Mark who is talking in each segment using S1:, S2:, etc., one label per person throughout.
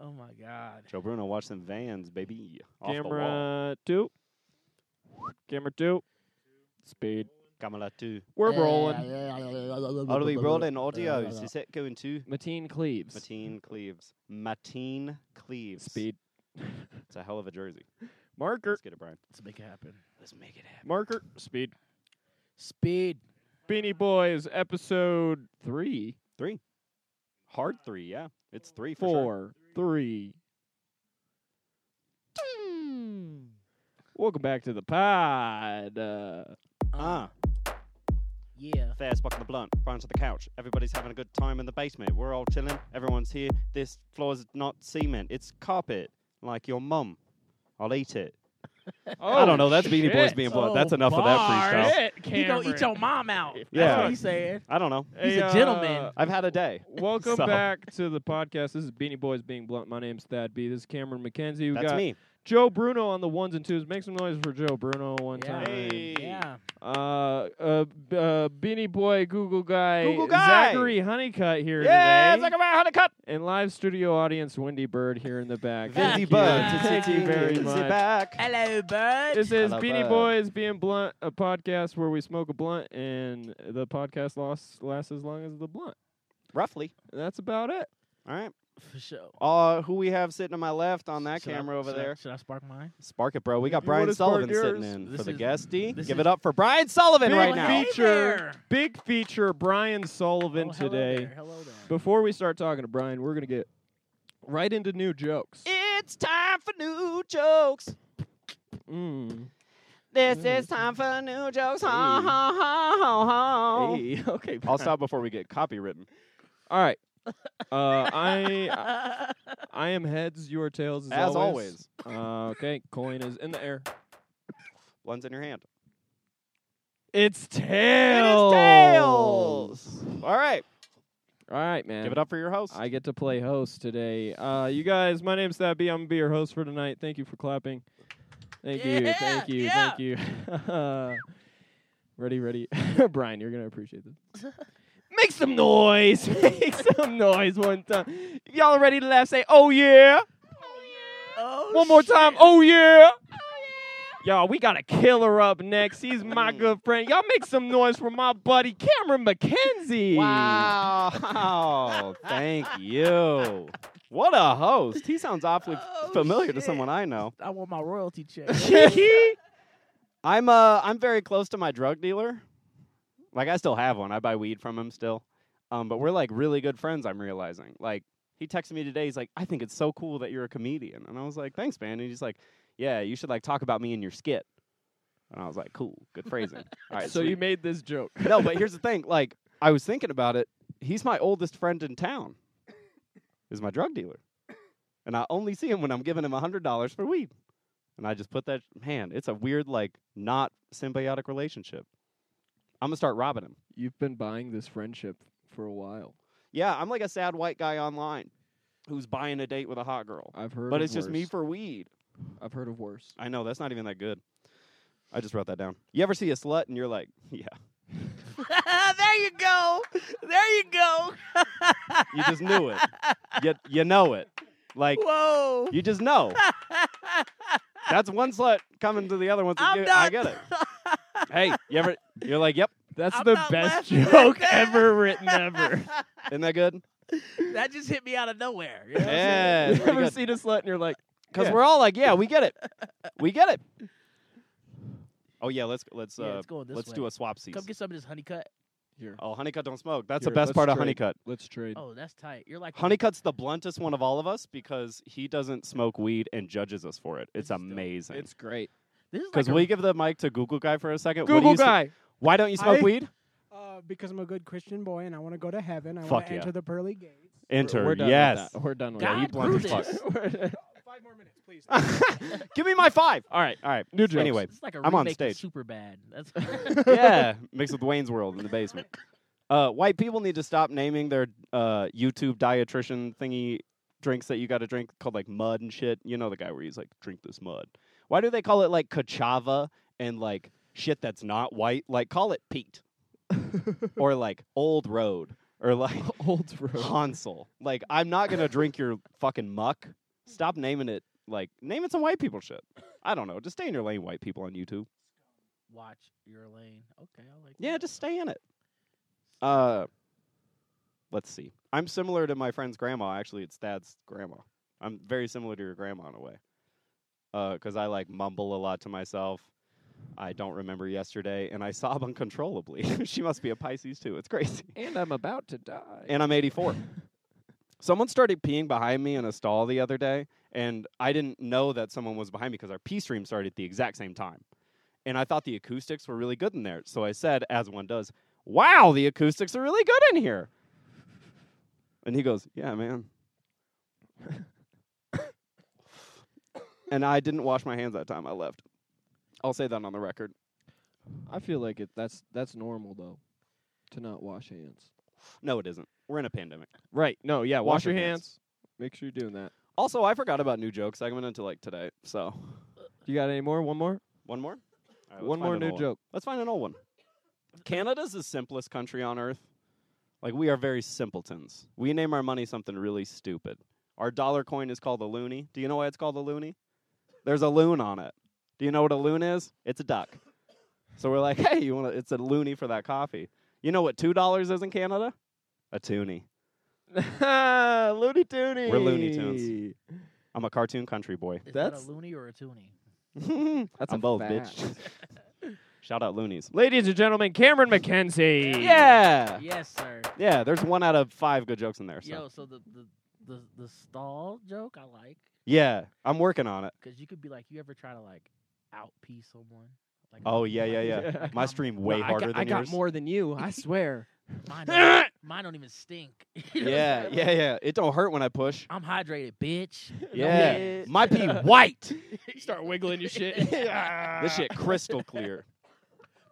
S1: Oh my God.
S2: Joe Bruno, watch them Vans, baby. Off the wall.
S3: Camera two. Camera two. Speed.
S2: Camera two.
S3: We're rolling.
S2: Are we rolling
S1: audio?
S2: audios? Is it going to
S3: Mateen Cleaves.
S2: Mateen Cleaves? Mateen Cleaves.
S3: Speed.
S2: It's a hell of a jersey.
S3: Marker.
S2: Let's get it, Brian.
S1: Let's make it happen.
S2: Let's make it happen.
S3: Marker. Speed.
S1: Speed.
S3: Beanie Boys episode three,
S2: Hard three, yeah. It's three for sure.
S3: four, three.
S1: Hmm.
S3: Welcome back to the pod. Uh,
S2: Ah,
S1: Yeah.
S2: fair sparking the blunt. Brian's on the couch. Everybody's having a good time in the basement. We're all chilling. Everyone's here. This floor's not cement. It's carpet, like your mum. I'll eat it. I don't know. That's Beanie Boys
S3: Oh, shit.
S2: being blunt.
S1: Oh,
S2: That's enough of that
S3: Bars.
S2: freestyle.
S1: You gonna eat your mom out. That's
S2: Yeah.
S1: what he's saying.
S2: I don't know.
S1: He's a
S3: Hey,
S1: gentleman.
S3: uh,
S2: I've had a day.
S3: Welcome
S2: So-
S3: back to the podcast. This is Beanie Boys being blunt. My name's Thad B. This is Cameron McKenzie. We
S2: That's
S3: got
S2: me.
S3: Joe Bruno on the ones and twos. Make some noise for Joe Bruno one
S1: yeah.
S3: time.
S2: Hey.
S1: Yeah.
S3: Uh, uh, b- uh, Beanie Boy, Google guy,
S2: Google guy.
S3: Zachary Honeycutt here
S2: Yeah,
S3: today,
S2: like about how to cut.
S3: and live studio audience Wendy Bird here in the back.
S1: Thank
S2: Vindy
S1: you.
S2: Bird, to
S3: Thank you
S2: sitting
S3: very
S2: in the
S3: much.
S2: back.
S1: Hello, bud.
S3: This is
S2: Hello,
S3: Beanie
S2: bud.
S3: Boys being blunt, a podcast where we smoke a blunt, and the podcast lasts lasts as long as the blunt.
S2: Roughly.
S3: That's about it.
S2: All right.
S1: For sure.
S2: Uh, who we have sitting to my left on that
S1: Should I-
S2: camera over
S1: should I-
S2: there?
S1: Should I spark mine?
S2: Spark it, bro. We got
S3: You
S2: Brian
S3: wanna spark
S2: Sullivan sitting
S3: yours?
S2: in
S1: This
S2: for the
S1: is-
S2: guestie.
S1: this
S2: Give
S1: is-
S2: it up for Brian Sullivan
S3: Big
S2: right
S1: Hey
S2: now.
S3: feet. feature.
S1: there.
S3: Big feature Brian Sullivan
S1: Oh, hello
S3: today.
S1: there, Hello there.
S3: Before we start talking to Brian, we're gonna get right into new jokes.
S2: It's time for new jokes.
S3: Mm.
S2: This
S3: Mm.
S2: is time for new jokes.
S3: Hey.
S2: ha, ha, ha.
S3: Hey, okay.
S2: I'll stop before we get copywritten.
S3: All right. Uh, I
S2: uh,
S3: I am heads, your tails, as,
S2: As always.
S3: Uh, okay, coin is in the air.
S2: One's in your hand.
S3: It's tails.
S2: It is tails. All right.
S3: All right, man.
S2: Give it up for your host.
S3: I get to play host today. Uh, you guys, my name's Thad B. I'm gonna be your host for tonight. Thank you for clapping. Thank you, thank
S1: Yeah,
S3: you,
S1: yeah.
S3: thank you. ready, ready. Brian, you're gonna appreciate this. Make some noise. Make some noise one time. Y'all ready to laugh? Say, oh yeah.
S1: Oh,
S3: One more
S1: shit.
S3: time. Oh yeah. Y'all, we got a killer up next. He's my
S2: Mm.
S3: good friend. Y'all make some noise for my buddy Cameron McKenzie.
S2: Wow. Thank you. What a host. He sounds awfully
S1: Oh,
S2: familiar to
S1: shit.
S2: someone I know.
S1: I want my royalty check.
S2: I'm uh I'm very close to my drug dealer. Like I still have one. I buy weed from him still. Um, but we're like really good friends, I'm realizing. Like he texted me today, he's like, I think it's so cool that you're a comedian. And I was like, Thanks, man. And he's like, Yeah, you should like talk about me in your skit. And I was like, Cool, good phrasing. All right,
S3: so you
S2: sweet.
S3: made this joke.
S2: no, but here's the thing. Like, I was thinking about it. He's my oldest friend in town. Is my drug dealer, and I only see him when I'm giving him a hundred dollars for weed. And I just put that. Man, it's a weird, like, not symbiotic relationship. I'm gonna start robbing him.
S3: You've been buying this friendship for a while.
S2: Yeah, I'm like a sad white guy online who's buying a date with a hot girl,
S3: I've heard,
S2: but
S3: of
S2: it's just me
S3: worse.
S2: for weed.
S3: I've heard of worse.
S2: I know that's not even that good. I just wrote that down. You ever see a slut and you're like, yeah,
S1: there you go. There you go.
S2: you just knew it. you you know it. Like
S1: Whoa.
S2: you just know. That's one slut coming to the other one.
S1: I'm
S2: I
S1: not.
S2: get it. Hey, you ever? You're like, yep.
S3: That's
S1: I'm
S3: the
S1: not
S3: best
S1: laughing at
S3: joke
S1: that.
S3: ever written ever.
S2: Isn't that good?
S1: that just hit me out of nowhere. You know what I'm saying?
S2: Yeah, it's
S3: You've
S2: pretty
S3: ever
S2: good.
S3: seen a slut and you're like,
S2: Because
S3: Yeah.
S2: we're all like, yeah, we get it. We get it. Oh yeah, let's let's uh,
S1: Yeah, it's going this
S2: let's
S1: way.
S2: do a swap season.
S1: Come get some of this honeycut.
S3: here,
S2: oh, honeycut don't smoke. That's
S3: Here,
S2: the best
S3: let's
S2: part of
S3: trade.
S2: honeycut.
S3: let's trade.
S1: Oh, that's tight. You're like
S2: Honeycut's the bluntest one of all of us because he doesn't smoke weed and judges us for it. It's
S1: This is dope.
S2: amazing.
S3: great.
S1: This is
S2: Because
S1: like a-
S2: we give the mic to Google guy for a second. What do
S3: Google
S2: you s-
S3: guy.
S2: why don't you smoke
S4: I-
S2: weed?
S4: Uh, because I'm a good Christian boy and I want to go to heaven. I want
S2: Fuck
S4: to
S2: yeah.
S4: enter the pearly gates.
S2: Enter.
S3: We're done
S2: yes.
S3: With that. We're done with
S1: God
S3: that.
S2: he
S1: grew
S2: blunted
S1: this.
S2: fucks.
S4: Five more minutes, please.
S2: give me my five.
S3: All right.
S2: All right.
S3: New jokes.
S2: Anyway,
S1: It's like a
S2: I'm on
S1: remake of
S2: stage.
S1: Superbad. That's
S2: yeah, mixed with Wayne's World in the basement. Uh, white people need to stop naming their uh, YouTube dietitian thingy drinks that you got to drink called like mud and shit. You know the guy where he's like, drink this mud. Why do they call it like cachava and like shit that's not white? Like call it peat or like old road or like
S3: Old road.
S2: Hansel. Like I'm not gonna drink your fucking muck. Stop naming it. Like name it some white people shit. I don't know. Just stay in your lane, white people on YouTube.
S1: Watch your lane. Okay, I like.
S2: Yeah,
S1: that.
S2: just stay in it. Uh, let's see. I'm similar to my friend's grandma. Actually, it's Thad's grandma. I'm very similar to your grandma in a way. Because I like mumble a lot to myself. I don't remember yesterday, and I sob uncontrollably. she must be a Pisces too. It's crazy.
S3: And I'm about to die.
S2: and I'm 84. someone started peeing behind me in a stall the other day, and I didn't know that someone was behind me because our pee stream started at the exact same time. And I thought the acoustics were really good in there. So I said, as one does, Wow, the acoustics are really good in here. And he goes, Yeah, man. and I didn't wash my hands that time I left. I'll say that on the record.
S3: I feel like it. That's that's normal though, to not wash hands.
S2: No, it isn't. We're in a pandemic.
S3: Right. No. Yeah. Wash,
S2: Wash your
S3: your
S2: hands.
S3: hands. Make sure you're doing that.
S2: Also, I forgot about new joke segment until like today. So
S3: You got any more? One more.
S2: One more? All right, let's
S3: one
S2: find
S3: more
S2: an
S3: new
S2: old one.
S3: joke.
S2: Let's find an old one. Canada's the simplest country on earth. Like, we are very simpletons. We name our money something really stupid. Our dollar coin is called a loony. Do you know why it's called a loony? There's a loon on it. Do you know what a loon is? It's a duck. So we're like, hey, you want to? It's a loony for that coffee. You know what two dollars is in Canada? A toonie.
S3: Looney Tunes.
S2: We're Looney Tunes. I'm a cartoon country boy.
S1: Is
S3: that's-
S1: that a loony or a toonie?
S3: That's
S2: I'm
S3: a
S2: both,
S3: fact.
S2: bitch. Shout out loonies.
S3: Ladies and gentlemen, Cameron McKenzie.
S2: Yeah.
S1: Yes, sir.
S2: Yeah, there's one out of five good jokes in there. So.
S1: Yo, so the, the the the stall joke I like
S2: Yeah, I'm working on it.
S1: because you could be like, you ever try to like outpee someone? Like,
S2: Oh yeah, yeah, yeah.
S3: Yeah.
S2: My
S1: I'm-
S2: stream way
S3: No, I
S2: harder
S3: got,
S2: than
S3: I got
S2: yours.
S3: more than you. I swear.
S1: Mine don't, mine don't even stink. You know what I'm
S2: Yeah,
S1: saying?
S2: yeah, yeah. It don't hurt when I push.
S1: I'm hydrated, bitch.
S2: Yeah,
S3: hit.
S2: my pee white.
S3: you start wiggling your shit.
S2: This shit crystal clear.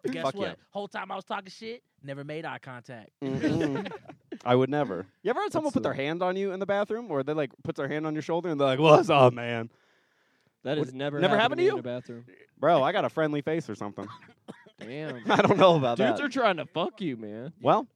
S1: But guess
S2: Fuck
S1: what?
S2: yeah.
S1: Whole time I was talking shit, never made eye contact.
S2: Mm-mm. I would never. You ever had someone
S3: That's
S2: put their
S3: a-
S2: hand on you in the bathroom, or they like puts their hand on your shoulder and they're like, "What's up, man,
S3: That has
S2: Would-
S3: never
S2: never
S3: happened
S2: happened
S3: to
S2: to
S3: me in a bathroom.
S2: bro? I got a friendly face or something."
S3: Damn.
S2: I don't know about
S3: Dudes
S2: that.
S3: are trying to fuck you, man.
S2: well,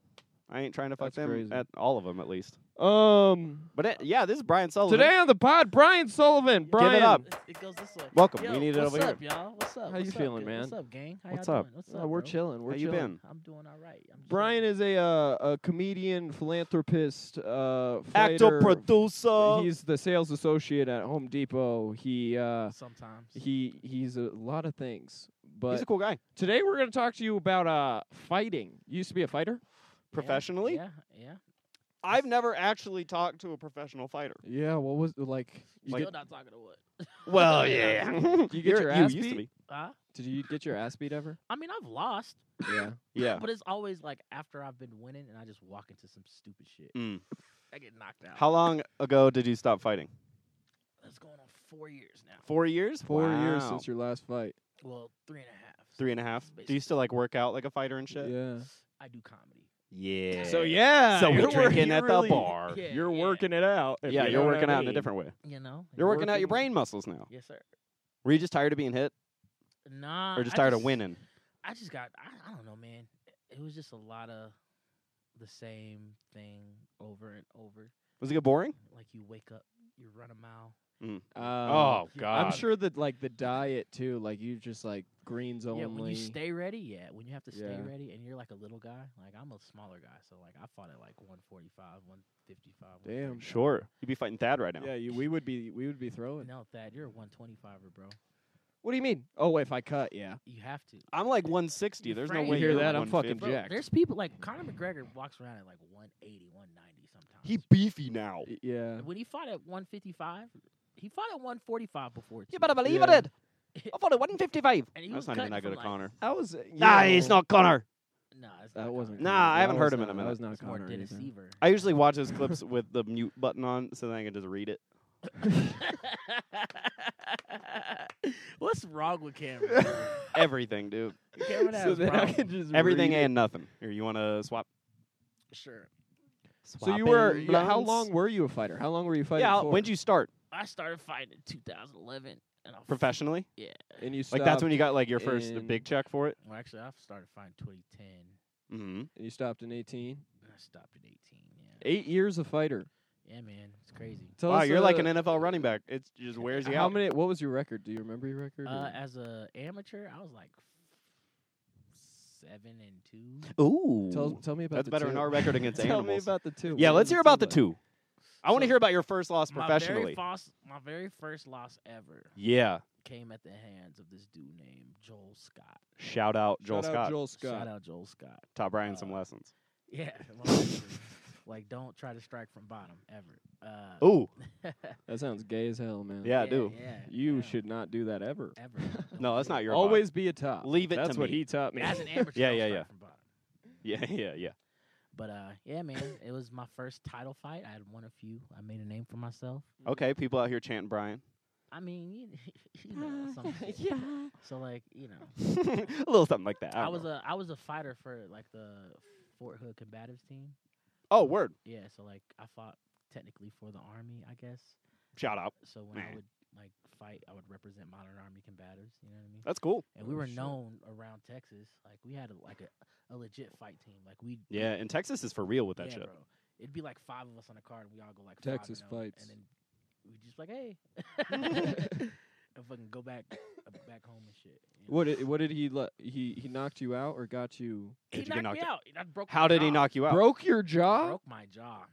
S2: I ain't trying to fuck
S3: That's
S2: them
S3: crazy.
S2: at all of them at least.
S3: Um,
S2: But it, yeah, this is Brian Sullivan.
S3: today on the pod, Brian Sullivan. Brian,
S2: up.
S1: It, it goes this way.
S2: Welcome.
S1: Yo,
S2: We need it
S1: what's
S2: over here.
S1: up, y'all? What's up?
S3: How
S1: What's
S3: you
S1: up,
S3: feeling,
S1: gang?
S3: man?
S1: What's up, gang? How
S2: What's
S1: y'all
S2: up?
S1: doing? What's
S3: Uh,
S1: up?
S3: we're
S1: bro?
S3: chilling. We're
S2: How you
S3: chilling.
S2: been?
S1: I'm doing all right. I'm just
S3: Brian is a uh, a comedian, philanthropist, uh,
S2: Actor,
S3: fighter.
S2: producer.
S3: He's the sales associate at Home Depot. He uh,
S1: sometimes.
S3: he he's a lot of things. But
S2: He's a cool guy.
S3: today we're going to talk to you about uh, fighting. You used to be a fighter.
S1: Yeah,
S2: Professionally,
S1: Yeah, yeah.
S2: I've never actually talked to a professional fighter.
S3: Yeah. What was like? You
S1: Still
S3: get,
S1: not talking to what?
S2: Well, yeah.
S3: you get
S2: You're-
S3: your
S2: you
S3: ass
S2: used to be.
S3: beat?
S1: Huh?
S3: did you get your ass beat ever?
S1: I mean, I've lost,
S3: yeah.
S2: Yeah.
S1: but it's always like after I've been winning and I just walk into some stupid shit.
S2: Mm.
S1: I get knocked out.
S2: How long ago did you stop fighting?
S1: That's going on four years now.
S2: Four years.
S3: Four years
S2: Wow.
S3: since your last fight.
S1: Well, three and a half.
S2: Three and a half. Do you still like work out like a fighter and shit?
S3: Yeah.
S1: I do comedy.
S2: Yeah.
S3: So yeah.
S2: So we're
S3: you're wor-
S2: drinking
S3: you
S2: at the
S3: really-
S2: bar.
S1: Yeah,
S3: You're
S1: yeah.
S3: working it out. if
S2: Yeah,
S3: you
S2: you're
S3: know what
S2: working
S3: I
S2: out in a
S3: mean.
S2: different way.
S1: You know.
S2: You're working out your
S3: Working-
S2: brain muscles now.
S1: Yes, sir.
S2: Were you just tired of being hit,
S3: Uh,
S1: Nah.
S2: or just
S1: I
S2: tired of winning?
S1: I just got. I, I don't know, man. It was just a lot of the same thing over and over.
S2: Was it get boring?
S1: Like you wake up, you run a mile.
S3: Um,
S1: God.
S3: I'm sure that like the diet too. Like you just like greens only.
S1: Yeah, when you stay ready, yeah, when you have to stay
S3: Yeah.
S1: ready, and you're like a little guy. Like I'm a smaller guy, so like I fought at like 145, 155.
S3: Damn.
S1: 130.
S2: Sure. You'd be fighting Thad right now.
S3: Yeah, you, we would be we would be throwing.
S1: No, Thad, you're a 125er, bro.
S3: What do you mean? Oh, if I cut, yeah.
S1: You have to.
S2: I'm like 160.
S1: You
S2: There's no
S1: frame
S2: way
S1: it. You hear
S2: you're
S3: that? I'm fucking
S2: 150.
S1: Bro,
S3: jacked.
S1: there's people like Conor McGregor walks around at like 180, 190 sometimes.
S2: He beefy now.
S3: Y- Yeah.
S1: when he fought at 155, he fought at 145 before. too.
S3: believe Yeah. it?
S1: I
S2: fought at 155.
S1: and he
S2: That's
S1: was
S2: not even
S1: cutting
S2: that good
S1: from,
S2: of
S1: like,
S2: Connor.
S3: That was. uh, Yeah.
S2: Nah, he's not Connor.
S1: Nah, it's not
S3: That wasn't.
S2: Nah,
S1: Conor.
S3: Connor.
S2: I
S3: That
S2: haven't
S3: was
S2: heard him in
S3: not-
S2: a minute.
S3: That was not
S1: It's more
S3: Connor.
S1: Dennis
S3: either.
S1: Seaver.
S2: I usually watch his clips with the mute button on, so then I can just read it.
S1: What's wrong with Cameron?
S2: Everything, dude.
S1: Cameron has
S3: so then I
S1: problems.
S3: could just
S2: Everything
S3: read it.
S2: and nothing. Here, you want to swap?
S1: Sure.
S3: So you were. yeah, how long were you a fighter? How long were you fighting?
S2: Yeah.
S3: for?
S2: When did you start
S1: I started fighting in 2011, and I
S2: professionally?
S3: And you
S2: Like
S3: stopped,
S2: that's when you got like your first
S3: in-
S2: big check for it.
S1: Well, actually, I started fighting 2010.
S2: Mm-hmm.
S3: and you stopped in 18.
S1: And I stopped at 18. Yeah.
S3: Eight years a fighter.
S1: Yeah, man, it's crazy.
S3: Tell
S2: wow,
S3: us,
S2: you're like
S3: uh,
S2: an NFL running back. It just wears you
S3: How
S2: out.
S3: many? What was your record? Do you remember your record? or-
S1: Uh, as a amateur, I was like seven and two.
S2: Ooh,
S3: tell, tell me about
S2: that's
S3: the
S2: better
S3: two.
S2: than our record against
S3: tell me
S2: animals.
S3: about the two.
S2: yeah,
S3: What
S2: let's
S3: was
S2: hear about the
S3: like?
S2: two. I want to
S1: So-
S2: hear about your first loss
S1: My very,
S2: professionally.
S1: first, my very first loss ever
S2: Yeah,
S1: came at the hands of this dude named Joel Scott.
S2: shout out Joel
S3: Shout out
S2: Scott.
S3: Joel Scott.
S1: Shout out Joel Scott.
S2: Taught Brian some
S1: Uh,
S2: lessons.
S1: Yeah, well, actually, like don't try to strike from bottom ever. Uh,
S2: Ooh,
S3: That sounds gay as hell, man.
S2: Yeah, I do.
S1: yeah,
S3: You
S1: yeah,
S3: should not do that ever.
S1: ever.
S2: no, that's not your. vibe.
S3: Always be a top.
S2: Leave it
S3: That's
S2: to
S3: what
S2: me.
S3: he taught me.
S1: As an amateur,
S2: Yeah,
S1: don't
S2: yeah,
S1: strike
S2: yeah.
S1: From bottom.
S2: Yeah, yeah, yeah.
S1: But uh, yeah, man, it was my first title fight. I had won a few. I made a name for myself.
S2: Okay, people out here chanting Brian.
S1: I mean, you, you
S2: Uh,
S1: know, some shit. So like, you know,
S2: a little something like that.
S1: I,
S2: I,
S1: was
S2: a
S1: a I was a fighter for like the Fort Hood combatives team.
S2: oh word.
S1: Yeah, so like I fought technically for the army, I guess.
S2: Shout out.
S1: So when
S2: Man.
S1: I would like fight, I would represent modern army combatives. You know what I mean?
S2: That's cool.
S1: And
S3: Oh,
S1: we were
S3: shit.
S1: known around Texas. Like we had a, like a, a legit fight team. Like we
S2: Yeah, and Texas is for real with that
S1: yeah,
S2: shit.
S1: bro. It'd be like five of us on a card, and we all go like
S3: Texas
S1: five and oh,
S3: fights.
S1: and then we just like hey, and fucking go back back home and shit. you know?
S3: What did, what did he let? He he knocked you out or got you?
S1: He
S2: Did you get
S1: knocked, me
S2: knocked
S1: out. I broke
S2: How
S1: my
S2: did he
S1: jaw.
S2: knock you out,
S3: Broke your
S1: I
S3: jaw?
S1: broke my jaw.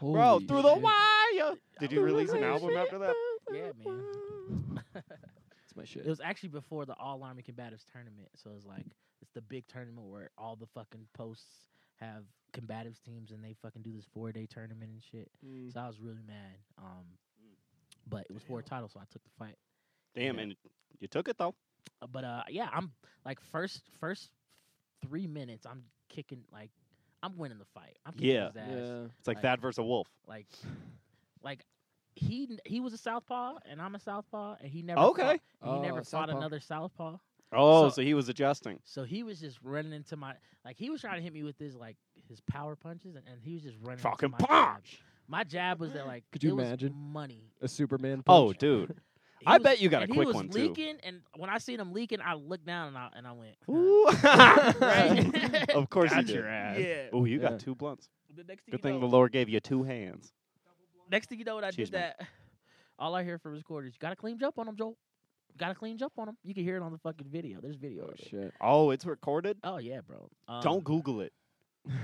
S2: Bro,
S3: Holy
S2: through the
S3: shit.
S2: wire. Did you
S1: Through
S2: release
S1: the
S2: an
S1: wire.
S2: album after that?
S1: Yeah, man.
S3: That's my
S1: it
S3: shit.
S1: was actually before the All Army Combatives tournament, so it's like it's the big tournament where all the fucking posts have combatives teams, and they fucking do this four day tournament and shit.
S2: Mm.
S1: So I was really mad. Um, but it was for a title, so I took the fight.
S2: Damn,
S1: Yeah.
S2: and you took it though.
S1: Uh, but uh, yeah, I'm like first first three minutes, I'm kicking like I'm winning the fight. I'm kicking
S2: Yeah.
S1: his ass.
S3: Yeah.
S2: It's like
S1: Like-
S2: that versus a wolf.
S1: Like, like he n- he was a southpaw and I'm a southpaw, and he never
S2: Okay.
S1: fought, he never
S3: Oh,
S1: fought
S3: southpaw.
S1: another southpaw.
S2: Oh, so,
S1: So-
S2: he was adjusting.
S1: So he was just running into my like he was trying to hit me with his like his power punches, and, and he was just running
S2: Fucking
S1: into my
S2: punch.
S1: Jab. My jab was that like
S3: Could you
S1: it was
S3: imagine?
S1: money.
S3: A Superman.
S2: Oh,
S3: punch.
S2: dude.
S1: He
S2: I
S1: was-
S2: bet you got a
S1: and
S2: quick
S1: he was
S2: one, too.
S1: leaking, and when I seen him leaking, I looked down and I and I went. huh.
S2: Ooh.
S1: Right?
S2: of course
S3: Got
S2: you
S3: your
S2: did.
S3: ass.
S1: Yeah.
S2: Oh, you
S3: Yeah.
S2: got two blunts.
S1: The next thing
S2: Good
S1: you
S2: thing
S1: know,
S2: the Lord gave you two hands.
S1: next thing you know, when I
S2: Excuse
S1: did
S2: me.
S1: that, all I hear from his quarters, you got a clean jump on him, Joel. Got a clean jump on him. You can hear it on the fucking video. There's video.
S3: Oh
S1: of it.
S3: shit.
S2: Oh, it's recorded.
S1: Oh yeah, bro. Um,
S2: Don't Google it.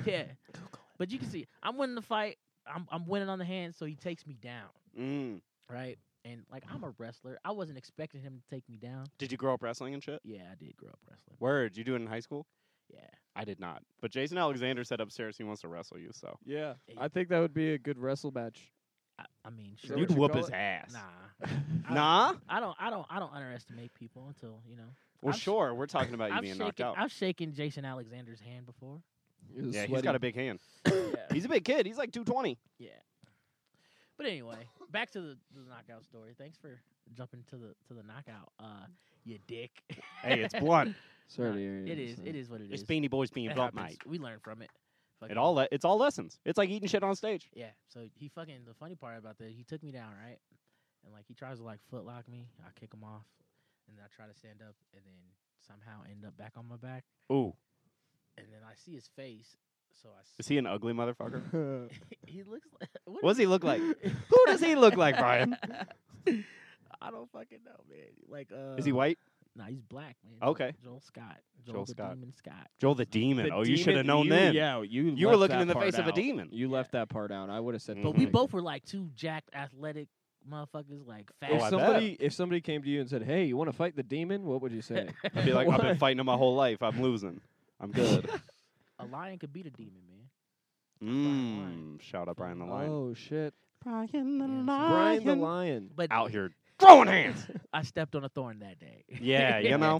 S1: Yeah. But you can see, I'm winning the fight. I'm I'm winning on the hand, so he takes me down,
S2: Mm.
S1: right? And like I'm a wrestler, I wasn't expecting him to take me down.
S2: Did you grow up wrestling and shit?
S1: Yeah, I did grow up wrestling.
S2: Word. You do it in high school?
S1: Yeah.
S2: I did not. But Jason Alexander said upstairs he wants to wrestle you, so
S3: Yeah.
S1: Hey.
S3: I think that would be a good wrestle match.
S1: I, I mean,
S3: Is that
S1: sure.
S2: you'd
S3: what you
S2: whoop
S3: call
S2: his
S3: it?
S2: ass.
S1: Nah. I-
S2: Nah?
S1: I don't. I don't. I don't underestimate people until you know.
S2: Well,
S1: I'm sh-
S2: sure. We're talking about you
S1: I've
S2: being
S1: shaken.
S2: knocked out.
S1: I've shaken Jason Alexander's hand before.
S3: It was
S2: yeah, he's
S3: sweaty.
S2: got a big hand.
S1: yeah.
S2: He's a big kid. He's like 220.
S1: But anyway, back to the, the knockout story. Thanks for jumping to the to the knockout. Uh, you dick.
S2: hey, it's blunt.
S3: Sorry
S1: Nah,
S3: to hear you,
S1: It is.
S3: son.
S1: It is what it
S2: It's
S1: is.
S2: Beanie Boys being
S1: That
S2: blunt,
S1: happens.
S2: mate.
S1: We learn from it.
S2: It
S1: Fucking-
S2: all le- it's all lessons. It's like eating shit on stage.
S1: Yeah. So he fucking the funny part about that, he took me down, right? And like he tries to like footlock me, I kick him off, and then I try to stand up, and then somehow end up back on my back,
S2: Ooh,
S1: and then I see his face, so I.
S2: is he an ugly motherfucker?
S1: he looks like. What
S2: What does
S1: is-
S2: he look like? Who does he look like, Brian?
S1: I don't fucking know, man. Like, uh,
S2: Is he white?
S1: Nah, he's black, man.
S2: Okay.
S1: Joel Scott. Joel,
S2: Joel
S1: the
S2: Scott.
S1: Demon Scott.
S2: Joel the demon.
S3: The
S2: oh, you should have
S3: demon-
S2: known
S3: you-
S2: then.
S3: Yeah, you.
S2: You were
S3: left
S2: looking
S3: that
S2: in the
S3: part
S2: face of a
S3: out.
S2: demon.
S3: You left that part out. I would have said.
S2: But
S1: But we both were like two jacked, athletic motherfuckers, like fat.
S2: Oh,
S3: If
S2: I bet.
S3: somebody if somebody came to you and said, "Hey, you want to fight the demon?" What would you say?
S2: I'd be like, I've been
S3: What?
S2: fighting him my whole life. I'm losing. I'm good.
S1: a lion could beat a demon, man.
S2: Mmm. Shout out Brian the Lion.
S3: Oh shit!
S2: Brian the
S1: Yeah, so-
S3: Brian the lion.
S1: But
S2: Out here throwing hands.
S1: I stepped on a thorn that day.
S2: Yeah, you know.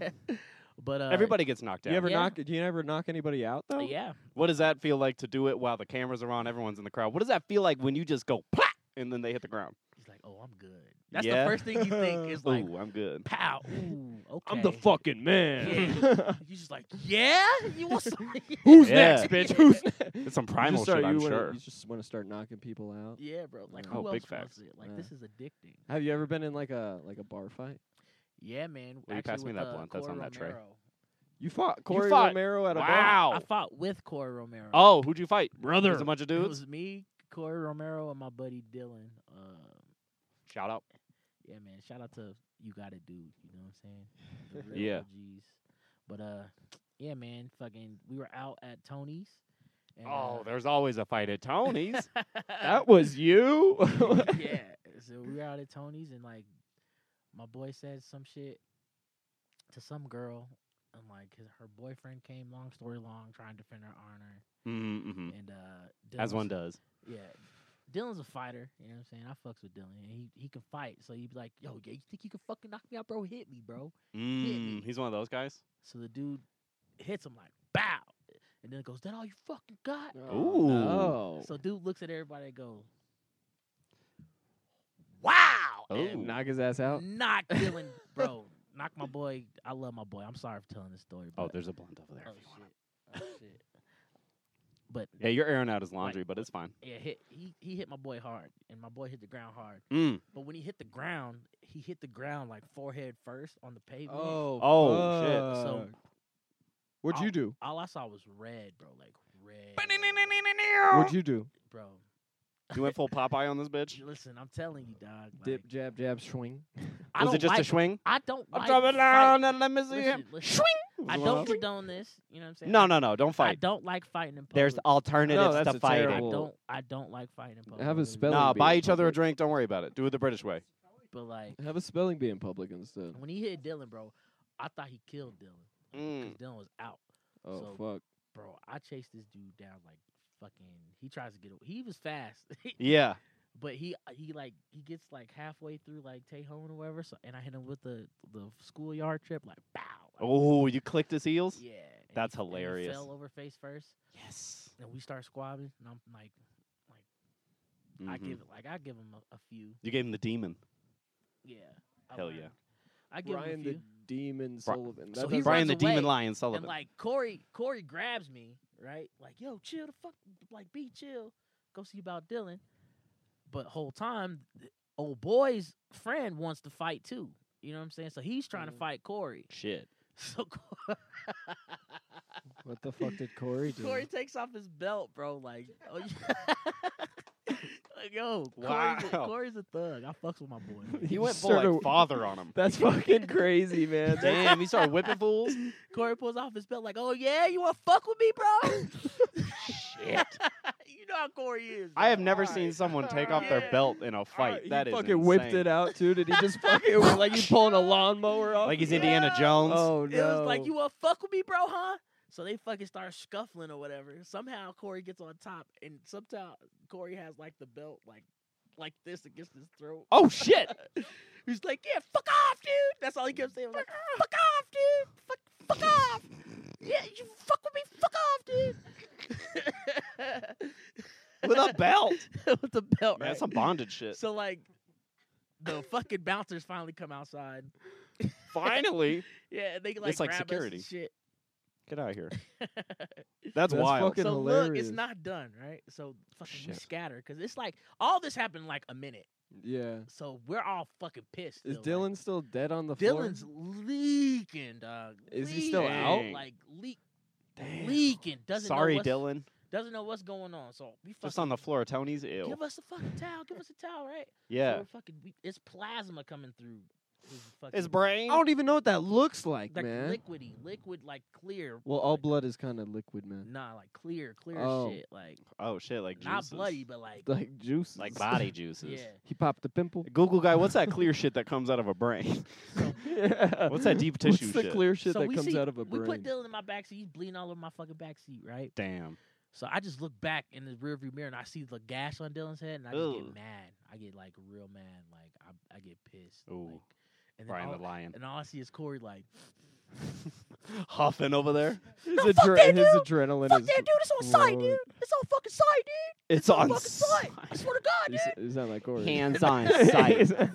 S1: but uh,
S2: Everybody gets knocked out.
S3: You ever
S1: Yeah.
S3: knock? Do you ever knock anybody out though?
S1: yeah,
S2: what does that feel like to do it while the cameras are on? Everyone's in the crowd. What does that feel like when you just go plop and then they hit the ground?
S1: he's like, oh, I'm good. That's
S2: Yeah.
S1: the first thing you think is like,
S2: Ooh, I'm good.
S1: pow. Ooh, okay.
S3: fucking
S1: Yeah. you just like, yeah, you want something?
S3: Who's
S2: Yeah.
S3: next, bitch? Who's next?
S2: It's some
S3: You
S2: primal
S3: just start-
S2: shit, I'm
S3: you wanna-
S2: sure.
S3: You just want to start knocking people out.
S1: yeah, bro. Like,
S3: Yeah.
S1: who
S2: Oh,
S1: else
S2: big
S1: wants
S2: facts.
S1: it? Like,
S3: Yeah.
S1: this is addicting.
S3: Have you ever been in like a like a bar fight?
S1: Yeah, man.
S2: Will you
S1: Actually,
S2: pass me
S1: with,
S2: that
S1: uh,
S2: blunt that's
S1: Cora
S2: on that tray?
S1: Romero,
S3: You fought Corey
S2: fought-
S3: Romero at a bar.
S2: Wow.
S1: I fought with Corey Romero.
S2: Oh, who'd you fight?
S3: brother.
S2: There's a bunch of
S1: it
S2: dudes.
S1: was me, Corey Romero, and my buddy Dylan. Uh,
S2: Shout out.
S1: yeah, man. Shout out to you, got it, dude. You know what I'm saying? The
S2: Yeah.
S1: OGs. But uh, yeah, man. Fucking, we were out at Tony's. And,
S2: Oh,
S1: uh,
S2: there's always a fight at Tony's.
S3: That was you.
S1: yeah. So we were out at Tony's and like my boy said some shit to some girl and like his, her boyfriend came, long story long, trying to defend her honor.
S2: mm-hmm.
S1: And uh
S2: As one
S1: Dylan's-
S2: does.
S1: Yeah. Dylan's a fighter, you know what I'm saying? I fucks with Dylan and he, he can fight. So he'd be like, Yo, yeah, you think you can fucking knock me out, bro? Hit me, bro.
S2: Mm, he's one of those guys.
S1: So the dude hits him like bow and then goes, That all you fucking got?
S2: Ooh.
S3: Oh, No.
S1: So dude looks at everybody and goes, Wow.
S2: Oh.
S1: and
S3: Knock his ass out.
S1: Knock Dylan, bro. Knock my boy. I love my boy. I'm sorry for telling this story.
S2: Oh,
S1: but-
S2: there's a blunt over there.
S1: oh,
S2: if you want it.
S1: shit. Oh, shit. But
S2: Yeah, you're airing out his
S1: Like-
S2: laundry, but it's fine.
S1: yeah, hit, he he hit my boy hard, and my boy hit the ground hard.
S2: Mm.
S1: But when he hit the ground, he hit the ground like forehead first on the pavement.
S3: Oh.
S2: Oh, shit.
S1: So-
S3: fuck. What'd you do?
S1: All I saw was red, bro. Like red,
S3: What'd you do?
S1: bro.
S2: You went full Popeye on this bitch?
S1: J- Listen, I'm telling you, dog. Like,
S3: Dip, jab, jab, swing.
S1: I
S2: was
S1: don't
S2: it just
S1: like,
S2: a swing?
S1: I don't.
S2: I'm
S1: like
S2: driving
S1: fight-
S2: down and let me see him.
S1: Listen, listen,
S2: Swing!
S1: I
S2: Was it
S1: don't
S2: one of those?
S1: condone this. You know what I'm saying?
S2: No, no, no. Don't
S1: I
S2: fight.
S1: don't like fighting in public.
S2: There's alternatives
S3: that's
S2: to
S3: a
S2: fighting.
S1: I
S3: Well-
S1: don't. I don't like fighting in public.
S3: a
S1: really.
S3: spell-
S2: Nah,
S3: Beer
S2: buy
S3: in
S2: each other a
S3: public.
S2: drink. Don't worry about it. Do it the British way.
S1: But like
S3: Have a spelling bee in public instead.
S1: when he hit Dylan, bro, I thought he killed Dylan.
S2: Mm.
S1: 'cause Dylan was out,
S3: Oh,
S1: So-
S3: fuck.
S1: bro. I chased this dude down like fucking. He tries to get. away. He was fast,
S2: Yeah.
S1: but he uh, he like he gets like halfway through like Tejon or whatever. So and I hit him with the the schoolyard trip like bow. like,
S2: Oh, you clicked his heels?
S1: yeah. and
S2: that's
S1: he- and he
S2: hilarious.
S1: fell over face first,
S2: Yes.
S1: and we start squabbling, and I'm like, like I give like I give him a, a few.
S2: Mm-hmm. You gave him the demon.
S1: Yeah. I
S2: Hell
S1: learned.
S2: yeah.
S1: I give him
S3: Brian
S1: a few.
S3: the Demon Sullivan.
S1: So
S3: That
S1: Oh, he
S3: doesn't-
S2: Brian the
S1: runs away,
S2: demon lion
S1: And
S2: Sullivan.
S1: like Corey, Corey grabs me, right? Like, yo, chill the fuck, like be chill. Go see about Dylan. But whole time, th- old boy's friend wants to fight too. You know what I'm saying? So he's trying
S3: Mhm.
S1: to fight Corey.
S2: Shit.
S1: So Cor-
S3: What the fuck did Corey do?
S1: Corey takes off his belt, bro. Like, oh, yeah. like yo, Corey's a,
S2: Wow.
S1: Corey's a thug. I fucks with my boy. man.
S2: He
S3: You
S2: went full
S3: sorta-
S2: like father on him.
S3: That's fucking crazy, man.
S2: Damn, he started whipping fools.
S1: Corey pulls off his belt, like, oh yeah, you want to fuck with me, bro?
S2: Shit.
S1: you know how Corey is.
S2: I have
S1: bro.
S2: never
S1: All right.
S2: seen someone take off
S1: Yeah.
S2: their belt in a fight.
S3: Uh, He
S2: that is
S3: fucking whipped
S2: insane.
S3: it out too. Did he just fucking like he's pulling a lawnmower off?
S2: Like he's
S1: Yeah.
S2: Indiana Jones.
S3: Oh no!
S1: It was like, you want to fuck with me, bro, huh? So they fucking start scuffling or whatever. Somehow Corey gets on top, and somehow Corey has like the belt like like this against his throat.
S2: Oh, shit.
S1: He's like, yeah, fuck off, dude. That's all he kept saying. was like, fuck off, dude. Fuck, fuck off. Yeah, you fuck with me. Fuck off, dude.
S2: With a belt.
S1: With the belt,
S2: Man,
S1: right?
S2: that's some bondage shit.
S1: So like, the fucking bouncers finally come outside.
S2: Finally.
S1: Yeah, and they like
S2: It's like
S1: grab
S2: security.
S1: us and shit.
S2: Get out of here. That's,
S3: That's
S2: wild.
S3: fucking
S1: so look,
S3: hilarious.
S1: it's not done, right? So fucking we
S2: Shit.
S1: scatter because it's like all this happened in, like a minute.
S3: Yeah.
S1: So we're all fucking pissed.
S3: Is
S1: still, like,
S3: Dylan still dead on the floor?
S1: Dylan's leaking, dog.
S3: Is he still
S2: out?
S1: Leaking, Like leak,
S2: Damn.
S1: leaking. Doesn't know
S2: Sorry,
S1: what's-
S2: Dylan.
S1: Doesn't know what's going on. So we fucking
S2: Just on the floor. Tony's ill.
S1: Give us a fucking towel. Give us a towel, right? So
S2: Yeah.
S1: we're fucking, we, it's plasma coming through. His fucking,
S2: His brain.
S3: I don't even know what that looks like,
S1: like
S3: man.
S1: liquidy, liquid, like clear.
S3: well, all
S1: like,
S3: blood is kind of liquid, man.
S1: Nah, like clear, clear
S3: Oh.
S1: shit. Like
S2: Oh shit, like
S1: not
S2: juices.
S1: bloody, but like
S3: Like juice.
S2: like body juices.
S1: yeah.
S3: He popped the pimple.
S2: Google guy, what's that clear shit that comes out of a brain?
S3: Yeah.
S2: What's that deep
S3: What's
S2: tissue
S3: the
S2: shit?
S3: clear shit
S1: So
S3: that
S1: we
S3: comes
S1: see-
S3: out of a brain?
S1: We put Dylan in my backseat. He's bleeding all over my fucking backseat, right?
S2: Damn.
S1: So I just look back in the rearview mirror and I see the gash on Dylan's head, and I just
S2: Ugh.
S1: get mad. I get like real mad. Like I, I get pissed.
S2: Ooh.
S1: Like, and then
S2: Brian the
S1: all,
S2: lion.
S1: and all I see is Corey like,
S2: Huffing over there.
S3: his,
S1: No, fuck that
S3: his
S1: dude!
S3: adrenaline
S1: "Fuck
S3: is.
S1: that dude! It's on sight,
S3: flowing.
S1: dude! It's on fucking sight, dude!
S2: It's
S1: It's on
S2: on
S1: fucking sight! I
S2: sight.
S1: swear to God, dude!"
S3: He's, he's not like Corey.
S2: Hands on
S3: He's-
S2: sight.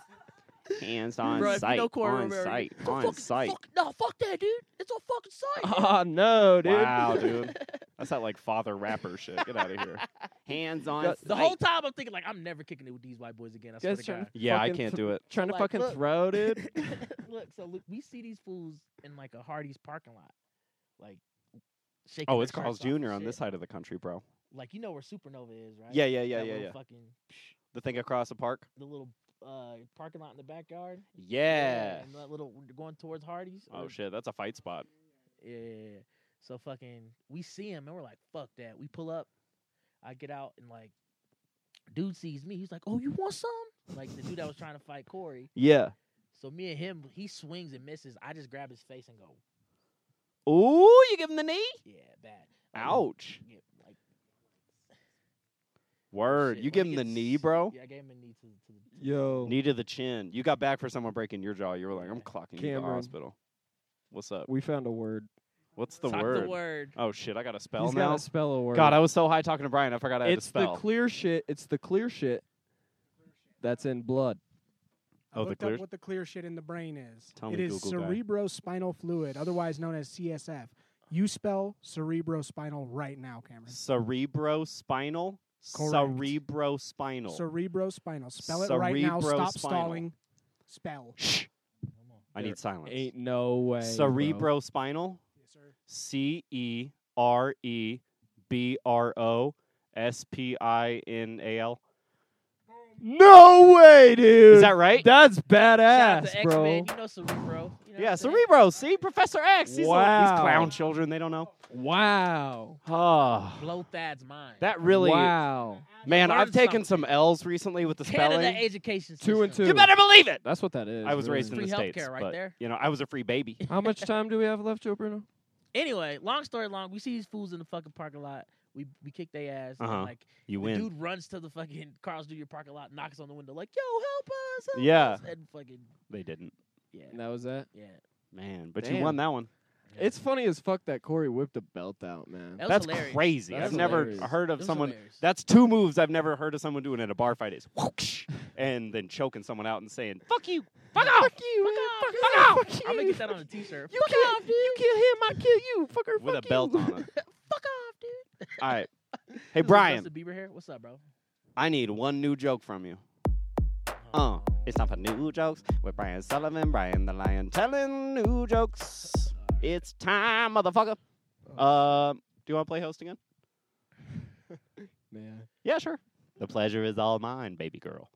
S2: Hands on
S1: Bro, if you
S2: sight.
S1: know Corey
S2: on
S1: Romero,
S2: sight.
S1: It's on
S2: On
S1: fucking,
S2: sight.
S1: Fuck, no, fuck that, dude! It's on fucking sight. dude."
S3: oh no, dude.
S2: Wow, dude. That's that like father rapper shit. Get out of here. Hands on
S3: The-
S2: sight.
S1: The whole time I'm thinking like I'm never kicking it with these white boys again. I swear
S3: Guys
S1: to
S3: trying
S1: God.
S3: to
S2: yeah, I
S3: fucking
S2: can't
S3: th-
S2: do it.
S3: Trying to
S1: Like,
S3: fucking
S1: look.
S3: throw, dude.
S1: look, so look, we see these fools in like a Hardee's parking lot, like shaking.
S2: Oh,
S1: their
S2: it's Carl's
S1: shirts off and
S2: Jr. on this
S1: shit.
S2: side of the country, bro.
S1: Like you know where Supernova is, right?
S2: Yeah, yeah, yeah,
S1: That
S2: yeah,
S1: little
S2: yeah.
S1: Fucking psh,
S2: The thing across the park.
S1: the little uh, parking lot in the backyard.
S2: Yeah.
S1: and that little going towards Hardee's.
S2: Oh
S1: or-
S2: shit, that's a fight spot.
S1: Yeah, yeah, yeah. So fucking, we see him and we're like, fuck that. We pull up. I get out and like, dude sees me. He's like, oh, you want some? Like the dude that was trying to fight Corey.
S2: Yeah.
S1: So me and him, he swings and misses. I just grab his face and go,
S2: Ooh, you give him the knee?
S1: yeah, bad. Like,
S2: Ouch.
S1: yeah, like,
S2: Word.
S1: shit,
S2: you
S1: let
S2: give
S1: me
S2: him the
S1: get
S2: knee,
S1: s-
S2: bro.
S1: Yeah, I gave him a knee to, to the. to the-
S3: Yo.
S2: Knee to the chin. You got back for someone breaking your jaw. You were like, I'm
S1: Yeah.
S2: clocking you to the
S3: Cameron.
S2: hospital. What's up?
S3: we found a word.
S2: What's the
S1: Talk
S2: word?
S1: the word.
S2: Oh shit, I got to spell
S3: He's
S2: now.
S3: gotta spell a word.
S2: God, I was so high talking to Brian, I forgot I had
S3: it's
S2: to spell.
S3: the clear shit. It's the clear shit that's in blood.
S4: I
S2: Oh, the
S4: looked
S2: clear-
S4: up what the clear shit in the brain is.
S2: Tell
S4: It
S2: me,
S4: is
S2: Google guy.
S4: cerebrospinal fluid, otherwise known as CSF. You spell cerebrospinal right now, Cameron.
S2: Cerebrospinal.
S4: Correct.
S2: Cerebrospinal.
S4: Cerebrospinal. Spell it right now. Stop
S2: Cerebrospinal.
S4: stalling. Spell.
S2: Shh.
S1: Come on.
S2: I need silence.
S3: Ain't no way. bro.
S2: Cerebrospinal.
S4: Yes, sir.
S2: C E R E B R O S P I N A L.
S3: No way, dude.
S2: Is that right?
S3: That's
S1: Shout out
S3: badass,
S1: to X
S3: bro.
S1: Men. You know Cerebro. You know what
S2: yeah,
S1: I'm saying?
S2: Cerebro. See, Professor X. These, little- these
S3: Wow.
S2: clown children, they don't know.
S3: Wow.
S2: Oh,
S1: Blow Thad's mind.
S2: that really.
S3: Wow.
S2: Man,
S1: Learn
S2: I've taken some
S1: something.
S2: L's recently with the
S1: Canada
S2: spelling.
S1: education system.
S3: Two and two.
S2: You better believe it.
S3: That's what that is.
S2: I was
S3: really.
S2: raised in the
S1: Free
S2: states,
S1: healthcare right
S2: but,
S1: there.
S2: you know, I was a free baby.
S3: How much time do we have left, Joe Bruno?
S1: Anyway, long story long, we see these fools in the fucking parking lot. We we kick their ass. and,
S2: Uh-huh.
S1: like
S2: You
S1: the
S2: win.
S1: dude runs to the fucking Carl's Jr. parking lot, knocks on the window like, "Yo, help us!" help
S2: Yeah.
S1: us," and fucking
S2: They didn't.
S1: yeah,
S3: And that was that.
S1: yeah.
S2: Man, but you
S3: Damn.
S2: won that one.
S1: yeah.
S3: It's funny as fuck that Corey whipped a belt out, man.
S1: That was
S2: That's
S1: hilarious.
S2: crazy.
S3: That's
S2: I've never
S3: hilarious.
S2: heard
S1: It
S2: of
S1: was
S2: someone.
S1: hilarious.
S2: That's two moves I've never heard of someone doing at a bar fight is whoosh, and then choking someone out and saying, fuck you, fuck off.
S3: Fuck you, man.
S1: off,
S3: Fuck
S1: fuck
S3: off.
S1: off.
S3: Fuck
S1: I'm gonna
S3: you.
S1: get that on a T-shirt.
S3: You kill, you kill him, I kill you, fucker.
S2: With a
S3: fuck
S2: belt
S3: you.
S2: on it.
S1: Fuck off, dude.
S2: All right.
S1: This
S2: Hey,
S1: is
S2: Brian,
S1: Justin Bieber here. What's up, bro?
S2: I need one new joke from you. Uh, it's time for new jokes with Brian Sullivan, Brian the Lion, telling new jokes. It's time, motherfucker. Uh, do you want to play host again?
S3: Man.
S2: Yeah, sure. The pleasure is all mine, baby girl.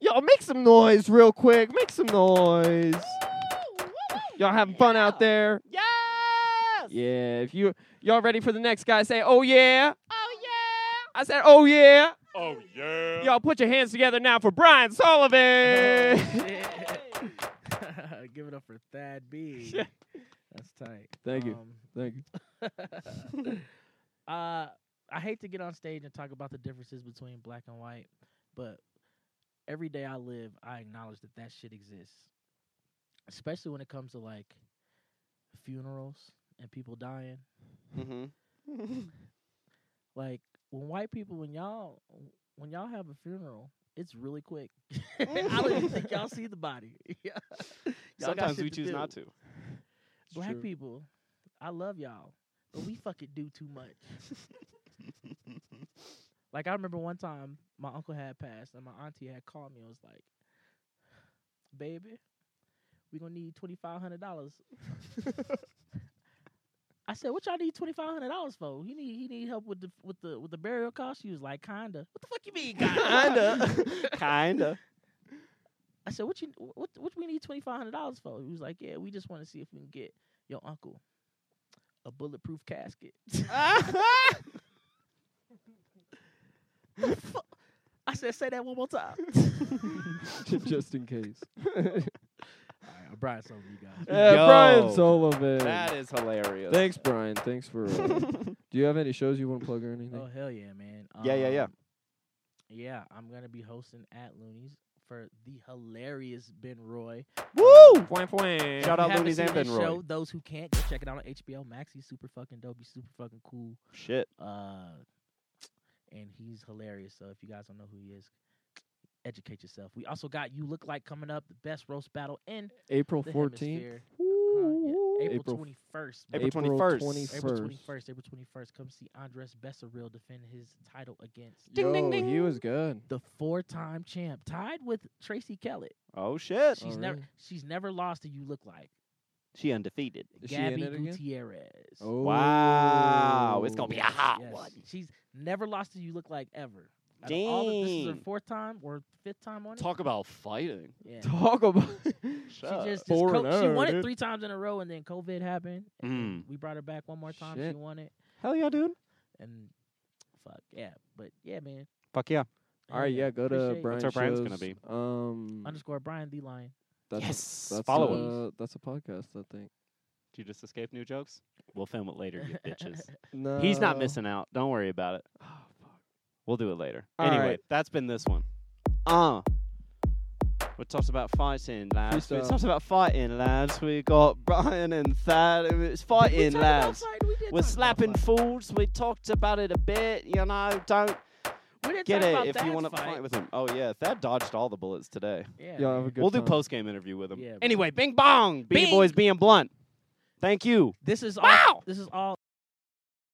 S3: Yo, make some noise real quick. Make some noise. Y'all having fun out there?
S2: Yes!
S3: Yeah. If you y'all ready for the next guy, say, oh yeah. Oh yeah. I said, oh yeah.
S2: Oh, yeah.
S3: Y'all put your hands together now for Brian Sullivan.
S1: shit. Give it up for Thad B.
S3: Yeah.
S1: That's tight.
S3: Thank you.
S1: Um,
S3: Thank you.
S1: uh, I hate to get on stage and talk about the differences between black and white, but every day I live, I acknowledge that that shit exists. Especially when it comes to like funerals and people dying.
S2: Mm-hmm.
S1: Like when white people, when y'all, when y'all have a funeral, it's really quick. I don't even think y'all see the body. Yeah. Y'all got
S2: Sometimes
S1: shit
S2: we choose
S1: do.
S2: not to.
S1: Black people, I love y'all, but we fucking do too much. like I remember one time my uncle had passed and my auntie had called me and was like, "Baby, we gonna need twenty five hundred dollars." I said, "What y'all need twenty five hundred dollars for? He need he need help with the with the with the burial cost." She was like, "Kinda." What the fuck you mean, kinda?
S2: Kinda. Kinda.
S1: I said, "What you what what we need twenty five hundred dollars for?" He was like, "Yeah, we just want to see if we can get your uncle a bulletproof casket." The fu- I said, "Say that one more time."
S3: Just in case.
S1: I'm Brian Sullivan, you guys.
S3: Yeah,
S2: Yo.
S3: Brian Sullivan.
S2: That is hilarious.
S3: Thanks, Brian. Thanks for. Uh, do you have any shows you want to plug or anything?
S1: Oh hell yeah, man!
S2: Yeah, yeah, yeah.
S1: Um, Yeah, I'm gonna be hosting at Looney's for the hilarious Ben Roy.
S2: Woo!
S3: Fwang,
S2: Shout
S3: fwang.
S1: If
S2: out
S1: you haven't
S2: Looney's
S1: seen
S2: and Ben
S1: his
S2: Roy.
S1: Show, those who can't, go check it out on HBO Max. He's super fucking dope. He's super fucking cool.
S2: Shit.
S1: Uh, and he's hilarious. So if you guys don't know who he is, educate yourself. We also got you look like coming up, the best roast battle in
S3: April
S1: the
S3: 14th.
S1: hemisphere. Uh, yeah, April
S3: April-
S1: twenty first.
S2: April 21st.
S1: April
S3: 21st.
S1: 21st, April 21st, come see Andres Besseril defend his title against
S3: Yo, He was good.
S1: the four-time champ, tied with Tracy Kellett.
S2: Oh, shit.
S1: She's
S3: Oh,
S1: never
S3: really?
S1: she's never lost to you look like.
S2: She undefeated.
S3: Is she in
S1: Gabby
S3: it again? Oh.
S1: Gutierrez.
S2: Wow, it's gonna be a hot
S1: Yes.
S2: one.
S1: She's never lost to you look like ever. Out of all the- this is her
S2: Dang.
S1: fourth time or fifth time on it.
S2: Talk about fighting.
S1: Yeah.
S3: Talk about.
S1: She just, just
S3: Four
S1: co-
S3: and
S1: she
S3: oh,
S1: won it
S3: dude.
S1: three times in a row, and then COVID happened. and
S2: Mm.
S1: We brought her back one more time.
S3: Shit.
S1: She won it,
S2: Hell yeah, dude.
S1: and fuck yeah. But yeah, man.
S2: Fuck yeah.
S3: All right, yeah, go to
S1: appreciate it.
S3: Brian.
S2: What's our Brian's gonna
S3: shows.
S2: be?
S3: Um,
S1: Underscore Brian D Lion.
S3: that's
S2: yes.
S3: A, that's uh,
S2: Follow us.
S3: a, That's a podcast, I think.
S2: Did you just escape new jokes? We'll film it later, you bitches.
S3: No,
S2: He's not missing out. Don't worry about it.
S3: Uh, Oh, fuck.
S2: We'll do it later.
S3: All
S2: anyway,
S3: right.
S2: that's been this one. Uh we talked about fighting lads. We
S3: Freestyle.
S2: talked about fighting lads. We got Brian and Thad. It was
S1: We
S2: fighting
S1: talked about
S2: lads.
S1: fighting, we did
S2: We're
S1: talk about
S2: slapping
S1: fighting.
S2: fools. We talked about it a bit. You know, don't
S1: We didn't
S2: get
S1: talk
S2: it
S1: about
S2: if you
S1: Thad's
S2: want to fight with him. Oh yeah, Thad dodged all the bullets today.
S1: Yeah.
S3: Y'all have
S1: man.
S3: a good
S2: we'll do
S3: time.
S2: post game interview with him.
S1: Yeah, bro.
S2: anyway, Bing Bong, B
S1: Bing.
S2: boys being blunt. Thank you.
S1: This is all.
S2: Wow!
S1: This is all.